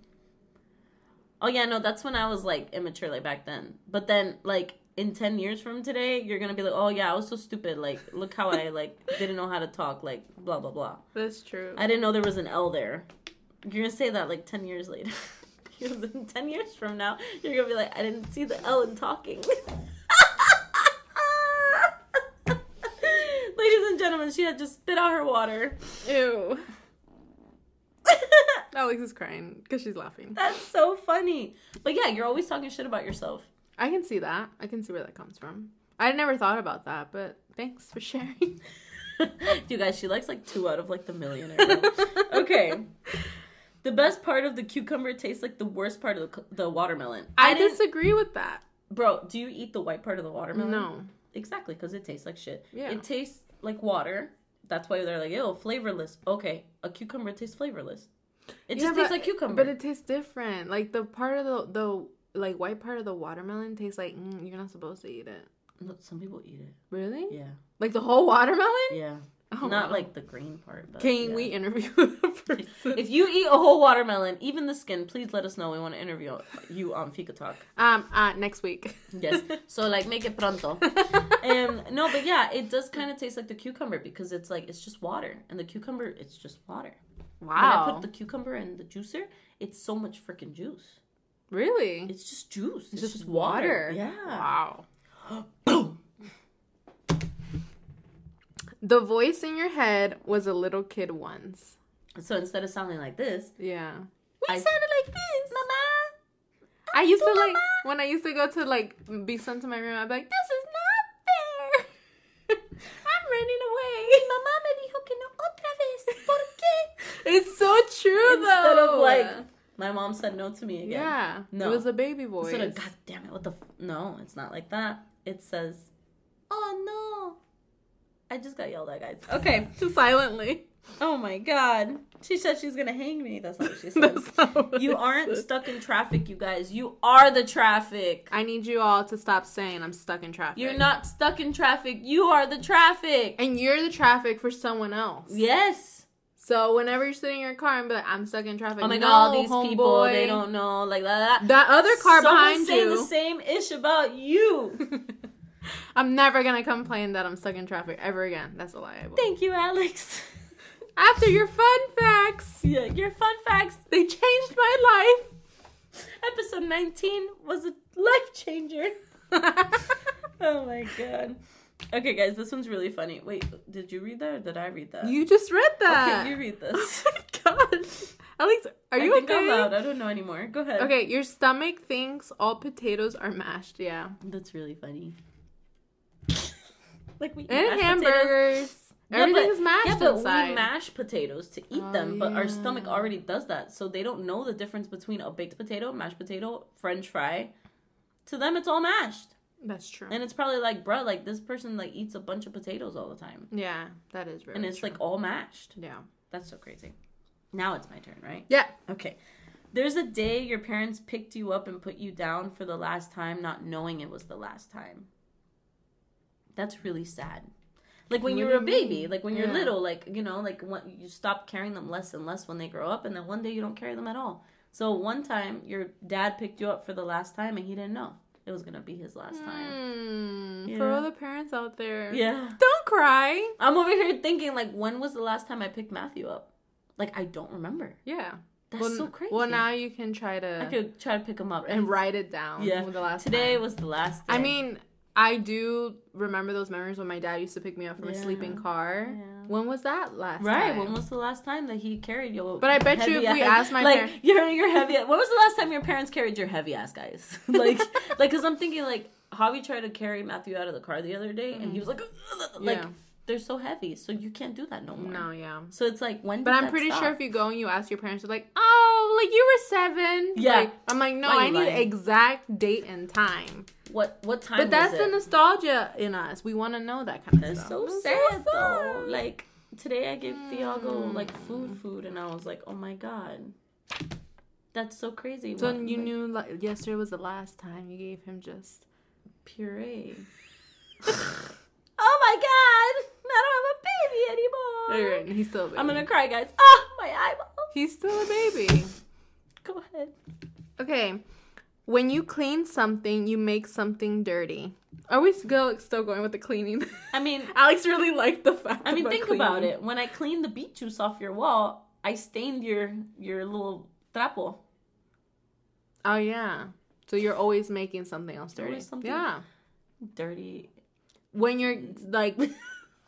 Speaker 1: Oh yeah, no, that's when I was like immature, like back then. But then, like in ten years from today, you're gonna be like, oh yeah, I was so stupid. Like, look how I like didn't know how to talk. Like, blah blah blah.
Speaker 2: That's true.
Speaker 1: I didn't know there was an L there. You're gonna say that like ten years later. Because in ten years from now, you're gonna be like, I didn't see the L in talking. Ladies and gentlemen, she had just spit out her water.
Speaker 2: Ew. Alex is crying because she's laughing.
Speaker 1: That's so funny. But yeah, you're always talking shit about yourself.
Speaker 2: I can see that. I can see where that comes from. I never thought about that, but thanks for sharing.
Speaker 1: you guys, she likes like two out of like the millionaire. rule. okay. The best part of the cucumber tastes like the worst part of the, c- the watermelon.
Speaker 2: I,
Speaker 1: didn't-
Speaker 2: disagree with that.
Speaker 1: Bro, do you eat the white part of the watermelon?
Speaker 2: No.
Speaker 1: Exactly, because it tastes like shit.
Speaker 2: Yeah.
Speaker 1: It tastes like water. That's why they're like, ew, flavorless. Okay, a cucumber tastes flavorless. It
Speaker 2: Yeah,
Speaker 1: just tastes
Speaker 2: but-
Speaker 1: like cucumber.
Speaker 2: But it tastes different. Like the part of the the like white part of the watermelon tastes like mm, you're not supposed to eat it.
Speaker 1: No, some people eat it.
Speaker 2: Really?
Speaker 1: Yeah.
Speaker 2: Like the whole watermelon?
Speaker 1: Yeah.
Speaker 2: Oh,
Speaker 1: Not
Speaker 2: wow.
Speaker 1: like the green part. But
Speaker 2: Can
Speaker 1: yeah.
Speaker 2: we interview the person?
Speaker 1: If you eat a whole watermelon, even the skin, please let us know. We want to interview you on Fika Talk.
Speaker 2: um, uh, next week.
Speaker 1: Yes. So like make it pronto. Um no, but yeah, it does kind of taste like the cucumber because it's like it's just water. And the cucumber, it's just water. When I
Speaker 2: wow.
Speaker 1: put the cucumber in the juicer, it's so much freaking juice.
Speaker 2: really?
Speaker 1: It's just juice. It's,
Speaker 2: just
Speaker 1: just water.
Speaker 2: water.
Speaker 1: Yeah.
Speaker 2: Wow. the voice in your head was a little kid once.
Speaker 1: So instead of sounding like this,
Speaker 2: Yeah.
Speaker 1: I sounded like this, mama.
Speaker 2: I used to
Speaker 1: Mama.
Speaker 2: like when I used to go to like be sent to my room. I'd be like, "This is not fair. I'm running away."
Speaker 1: Mamá me dijo que no otra vez. ¿Por qué?
Speaker 2: It's so true
Speaker 1: Instead
Speaker 2: though.
Speaker 1: of like my mom said no to me again.
Speaker 2: yeah,
Speaker 1: No.
Speaker 2: it was a baby voice.
Speaker 1: Instead of God damn it, what the f-? no, it's not like that. It says, oh no, I just got yelled at, guys. Okay.
Speaker 2: silently.
Speaker 1: Oh my God. She said she's gonna hang me. That's not what she said.
Speaker 2: That's not what
Speaker 1: you
Speaker 2: it
Speaker 1: aren't
Speaker 2: said.
Speaker 1: stuck in traffic, you guys. You are the traffic.
Speaker 2: I need you all to stop saying I'm stuck in traffic.
Speaker 1: You're not stuck in traffic. You are the traffic.
Speaker 2: and you're the traffic for someone else.
Speaker 1: Yes.
Speaker 2: So whenever you're sitting in your car and be like, I'm stuck in traffic.
Speaker 1: Oh my
Speaker 2: No,
Speaker 1: God, all these people,
Speaker 2: homeboy.
Speaker 1: they don't know. Like that.
Speaker 2: That other car
Speaker 1: Someone's
Speaker 2: behind
Speaker 1: saying
Speaker 2: you.
Speaker 1: the same ish about you.
Speaker 2: I'm never gonna complain that I'm stuck in traffic ever again. That's a lie. I will.
Speaker 1: Thank you, Alex.
Speaker 2: After your fun facts,
Speaker 1: yeah, your fun facts.
Speaker 2: they changed my
Speaker 1: Episode 19 was a life changer.
Speaker 2: life.
Speaker 1: Oh my god. Okay, guys, this one's really funny. Wait, did you read that or did I read that?
Speaker 2: you just read that.
Speaker 1: Okay, you read
Speaker 2: oh
Speaker 1: this.
Speaker 2: my god, Alex, are you
Speaker 1: I think
Speaker 2: okay?
Speaker 1: I'm loud. I don't know anymore. Go ahead.
Speaker 2: Okay, your stomach thinks all potatoes are mashed. Yeah,
Speaker 1: That's really funny. like we eat mashed
Speaker 2: and
Speaker 1: potatoes.
Speaker 2: hamburgers.
Speaker 1: Yeah,
Speaker 2: Everything
Speaker 1: but-
Speaker 2: is mashed
Speaker 1: Yeah, but
Speaker 2: inside.
Speaker 1: we mash potatoes to eat
Speaker 2: Oh,
Speaker 1: them, but our
Speaker 2: yeah.
Speaker 1: stomach already does that, so they don't know the difference between a baked potato, mashed potato, French fry. To them, it's all mashed,
Speaker 2: That's true.
Speaker 1: and it's probably like, bruh, like this person like eats a bunch of potatoes all the time,
Speaker 2: yeah, that is very.
Speaker 1: and it's
Speaker 2: true.
Speaker 1: like all mashed.
Speaker 2: yeah,
Speaker 1: That's so crazy. Now it's my turn, right?
Speaker 2: yeah.
Speaker 1: Okay. There's a day your parents picked you up and put you down for the last time, not knowing it was the last time. That's really sad. Like when
Speaker 2: What
Speaker 1: you
Speaker 2: do
Speaker 1: were a
Speaker 2: you
Speaker 1: baby,
Speaker 2: mean?
Speaker 1: like when you're
Speaker 2: Yeah.
Speaker 1: little, like you know, like when you stop carrying them less and less when they grow up, and then one day you don't carry them at all. So one time your dad picked you up for the last time, and he didn't know it was gonna be his last time.
Speaker 2: Mm, For
Speaker 1: Yeah.
Speaker 2: all the parents out there,
Speaker 1: Yeah,
Speaker 2: don't cry.
Speaker 1: I'm over here thinking like, when was the last time I picked Matthew up? Like I don't remember.
Speaker 2: Yeah,
Speaker 1: That's
Speaker 2: well,
Speaker 1: so
Speaker 2: n-
Speaker 1: crazy.
Speaker 2: Well, now you can try to
Speaker 1: I could try to pick him up
Speaker 2: and write it down.
Speaker 1: Yeah.
Speaker 2: with the last
Speaker 1: Today
Speaker 2: time.
Speaker 1: was the last. Day.
Speaker 2: I mean, I do remember those memories when my dad used to pick me up from
Speaker 1: Yeah.
Speaker 2: a sleeping car.
Speaker 1: Yeah.
Speaker 2: When was that last?
Speaker 1: right?
Speaker 2: time?
Speaker 1: When was the last time that he carried you?
Speaker 2: But I bet you if
Speaker 1: heavy
Speaker 2: we
Speaker 1: ass-
Speaker 2: asked my
Speaker 1: like
Speaker 2: parents-
Speaker 1: you're you're heavy. when was the last time your parents carried your heavy ass guys? like like because I'm thinking like Javi tried to carry Matthew out of the car the other day and he was like like
Speaker 2: Yeah.
Speaker 1: they're so heavy so you can't do that no more.
Speaker 2: No, yeah.
Speaker 1: So it's like when.
Speaker 2: But
Speaker 1: did
Speaker 2: I'm
Speaker 1: that
Speaker 2: pretty
Speaker 1: stop?
Speaker 2: sure if you go and you ask your parents, they're like, "Oh, like you were seven.
Speaker 1: Yeah.
Speaker 2: Like, I'm like, no,
Speaker 1: Why you
Speaker 2: I need
Speaker 1: lying?
Speaker 2: exact date and time.
Speaker 1: what what time?
Speaker 2: But that's
Speaker 1: was
Speaker 2: the
Speaker 1: it?
Speaker 2: nostalgia in us. We want to know that kind of
Speaker 1: That's
Speaker 2: stuff.
Speaker 1: so
Speaker 2: It's
Speaker 1: sad though.
Speaker 2: sad.
Speaker 1: Like today I gave Thiago
Speaker 2: Hmm.
Speaker 1: like food food and I was like, "Oh my god." That's so crazy.
Speaker 2: So
Speaker 1: What-
Speaker 2: you
Speaker 1: like,
Speaker 2: knew like yesterday was the last time you gave him just.
Speaker 1: puree. oh my god! I don't have a baby anymore.
Speaker 2: Alright, he's still a baby.
Speaker 1: I'm gonna cry, guys. Oh, my eyeball.
Speaker 2: He's still a baby.
Speaker 1: Go ahead.
Speaker 2: Okay. When you clean something, you make something dirty. Are we still still going with the cleaning?
Speaker 1: I mean,
Speaker 2: Alex really liked the fact.
Speaker 1: I mean,
Speaker 2: about
Speaker 1: think about
Speaker 2: cleaning.
Speaker 1: it. When I cleaned the beet juice off your wall, I stained your your little trapo.
Speaker 2: Oh yeah. So you're always making something else dirty.
Speaker 1: Always something-
Speaker 2: Yeah.
Speaker 1: Dirty.
Speaker 2: When you're
Speaker 1: Mm.
Speaker 2: like
Speaker 1: Cleaning.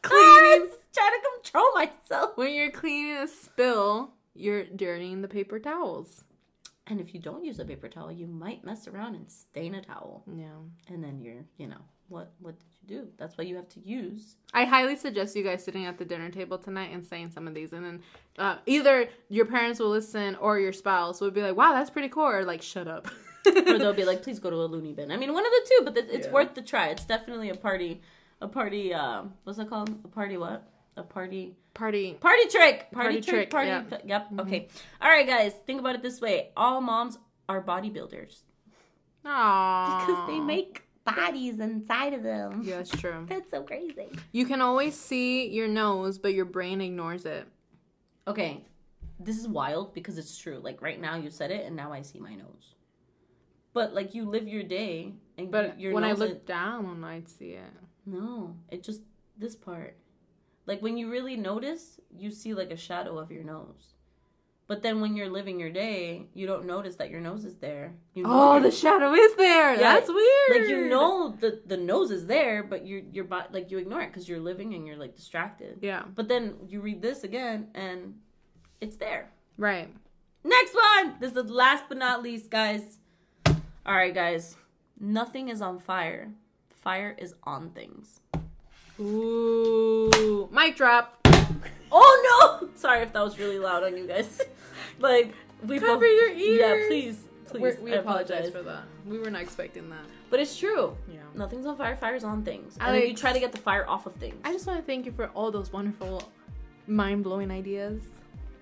Speaker 2: cleaning,
Speaker 1: trying to control myself.
Speaker 2: when you're cleaning a spill, you're dirtying the paper towels.
Speaker 1: And if you don't use a paper towel, you might mess around and stain a towel,
Speaker 2: No.
Speaker 1: and then you're, you know, what what did you do? That's why you have to use.
Speaker 2: I highly suggest you guys sitting at the dinner table tonight and saying some of these, and then uh, either your parents will listen or your spouse will be like, "Wow, that's pretty cool," or like, "Shut up."
Speaker 1: or they'll be like, please go to a loony bin. I mean, one of the two, but th- it's
Speaker 2: Yeah.
Speaker 1: worth the try. It's definitely a party, a party. Um, what's it called? A party what? A party.
Speaker 2: Party.
Speaker 1: Party trick. Party,
Speaker 2: Party
Speaker 1: trick.
Speaker 2: trick,
Speaker 1: Party.
Speaker 2: yeah.
Speaker 1: Yep. Mm-hmm. Okay. All right, guys. Think about it this way: all moms are bodybuilders
Speaker 2: Aww.
Speaker 1: because they make bodies inside of them.
Speaker 2: Yeah, that's true.
Speaker 1: That's so crazy.
Speaker 2: You can always see your nose, but your brain ignores it.
Speaker 1: Okay, this is wild because it's true. Like right now, you said it, and now I see my nose. But like you live your day, and
Speaker 2: But
Speaker 1: you- your
Speaker 2: when I
Speaker 1: nose
Speaker 2: look
Speaker 1: is-
Speaker 2: down, I'd see it.
Speaker 1: No, it just this part. Like when you really notice, you see like a shadow of your nose. But then when you're living your day, you don't notice that your nose is there. You
Speaker 2: Oh,
Speaker 1: your-
Speaker 2: the shadow is there.
Speaker 1: Yeah,
Speaker 2: That's weird.
Speaker 1: like you know the the nose is there, but you your body like you ignore it because you're living and you're like distracted.
Speaker 2: Yeah.
Speaker 1: But then you read this again and it's there.
Speaker 2: Right.
Speaker 1: Next one. This is the last but not least, guys. All right, guys. Nothing is on fire. Fire is on things.
Speaker 2: Ooh. Mic drop.
Speaker 1: Oh no! Sorry if that was really loud on you guys. Like we
Speaker 2: Cover
Speaker 1: both-
Speaker 2: your
Speaker 1: Yeah,
Speaker 2: ears.
Speaker 1: please, please.
Speaker 2: We're- we
Speaker 1: I
Speaker 2: apologize for that. We were not expecting that.
Speaker 1: But it's true.
Speaker 2: Yeah.
Speaker 1: Nothing's on fire. Fire's on things. And then you
Speaker 2: Alex.
Speaker 1: try to get the fire off of things.
Speaker 2: I just want to thank you for all those wonderful, mind blowing ideas.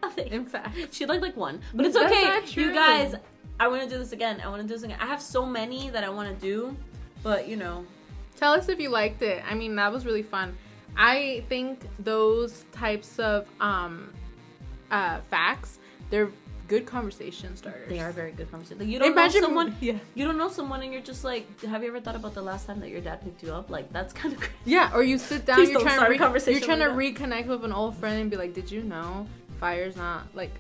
Speaker 1: nothing.
Speaker 2: In fact,
Speaker 1: She liked like one, but it's
Speaker 2: That's
Speaker 1: okay.
Speaker 2: not
Speaker 1: You
Speaker 2: true.
Speaker 1: guys, I want to do this again. I want to do this again. I have so many that I want to do, but you know,
Speaker 2: tell us if you liked it. I mean, that was really fun. I think those types of um, uh, facts, they're good conversation starters.
Speaker 1: they are very good conversations. Like, you don't
Speaker 2: Imagine
Speaker 1: know someone.
Speaker 2: Yeah.
Speaker 1: You don't know someone, and you're just like, have you ever thought about the last time that your dad picked you up? Like that's kind of crazy.
Speaker 2: Yeah, or you sit down,
Speaker 1: Please
Speaker 2: you're
Speaker 1: don't
Speaker 2: trying,
Speaker 1: start
Speaker 2: to
Speaker 1: a
Speaker 2: re-
Speaker 1: conversation
Speaker 2: you're trying to reconnect with an old friend and be like, "Did you know fire's not like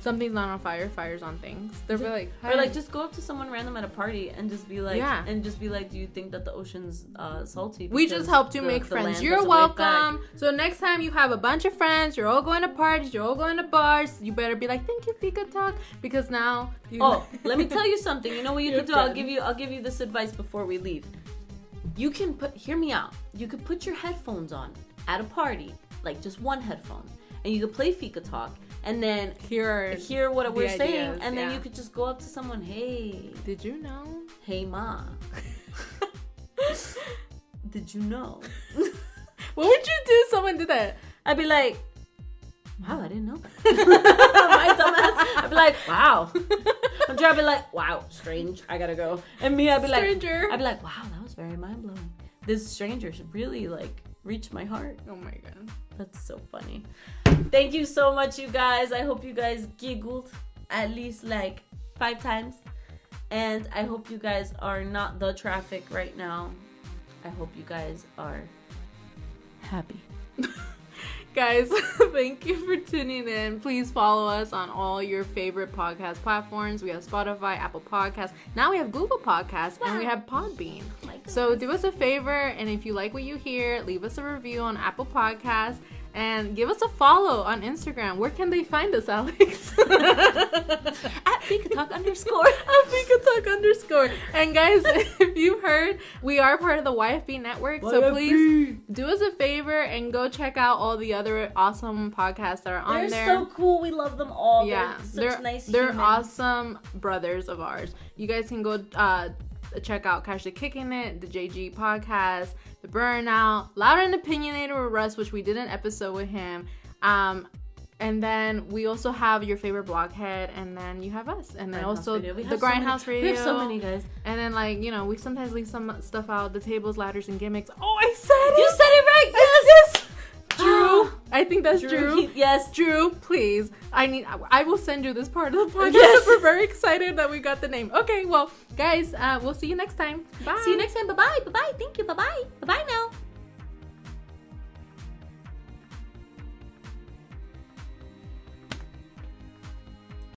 Speaker 2: something's not on fire? Fire's on things." They're
Speaker 1: Ju-
Speaker 2: like,
Speaker 1: Or like
Speaker 2: "Hi."
Speaker 1: just go up to someone random at a party and just be like,
Speaker 2: Yeah.
Speaker 1: and just be like, do you think that the ocean's uh, salty?
Speaker 2: we just
Speaker 1: because
Speaker 2: helped you
Speaker 1: the-
Speaker 2: make
Speaker 1: the
Speaker 2: friends.
Speaker 1: land
Speaker 2: You're
Speaker 1: doesn't wave back?"
Speaker 2: welcome. So next time you have a bunch of friends, you're all going to parties, you're all going to bars. You better be like, "Thank you, Fika Talk," because now you.
Speaker 1: Oh, let me tell you something. You know what you
Speaker 2: Your
Speaker 1: could do? I'll
Speaker 2: friend.
Speaker 1: give you. I'll give you this advice before we leave. You can put. Hear me out. You could put your headphones on at a party, like just one headphone, and you could play Fika Talk, and then
Speaker 2: Here, are-
Speaker 1: hear what we're saying,
Speaker 2: ideas,
Speaker 1: and then
Speaker 2: yeah.
Speaker 1: you could just go up to someone, hey,
Speaker 2: Did you know?
Speaker 1: hey ma, did you know?
Speaker 2: What would you do if someone did that?
Speaker 1: I'd be like, wow, I didn't know that. My dumbass. I'd be like, wow. I'm trying to be like, wow, strange. I gotta go. And me, I'd be like,
Speaker 2: Stranger.
Speaker 1: I'd be like, wow, that was very mind blowing. This stranger should really like reach my heart.
Speaker 2: Oh my god.
Speaker 1: That's so funny. Thank you so much, you guys. I hope you guys giggled at least like five times. And I hope you guys are not the traffic right now. I hope you guys are happy.
Speaker 2: Guys, thank you for tuning in. Please follow us on all your favorite podcast platforms. We have Spotify, Apple Podcasts. Now we have Google Podcasts and we have Podbean. So do us a favor and if you like what you hear, leave us a review on Apple Podcasts and give us a follow on Instagram. Where can they find us, Alex?
Speaker 1: at Talk underscore.
Speaker 2: at Pika Talk underscore. And guys, if you've heard, we are part of the YFB network. So please do us a favor and go check out all the other awesome podcasts that are on
Speaker 1: They're
Speaker 2: there.
Speaker 1: so cool. We love them all.
Speaker 2: yeah,
Speaker 1: they're such
Speaker 2: they're
Speaker 1: nice.
Speaker 2: they're
Speaker 1: humans.
Speaker 2: awesome brothers of ours. You guys can go uh, check out Cash the Kicking It, the JG podcast, the Burnout, Loud and Opinionated with Russ, which we did an episode with him. Um, and then we also have your favorite blockhead, and then you have us, and then
Speaker 1: Grindhouse
Speaker 2: also
Speaker 1: Radio. We
Speaker 2: the
Speaker 1: have so many-
Speaker 2: Grindhouse Radio.
Speaker 1: We have so many guys.
Speaker 2: And then like you know we sometimes leave some stuff out, the tables, ladders, and gimmicks. Oh, I said it.
Speaker 1: You said it right.
Speaker 2: Yes. Drew, I think that's Drew.
Speaker 1: He- yes.
Speaker 2: Drew, please. I need. I- I will send you this part of the podcast.
Speaker 1: Yes.
Speaker 2: We're very excited that we got the name. Okay, well, guys, uh, we'll see you next time. Bye.
Speaker 1: See you next time. Bye bye. Bye bye. Thank you. Bye bye.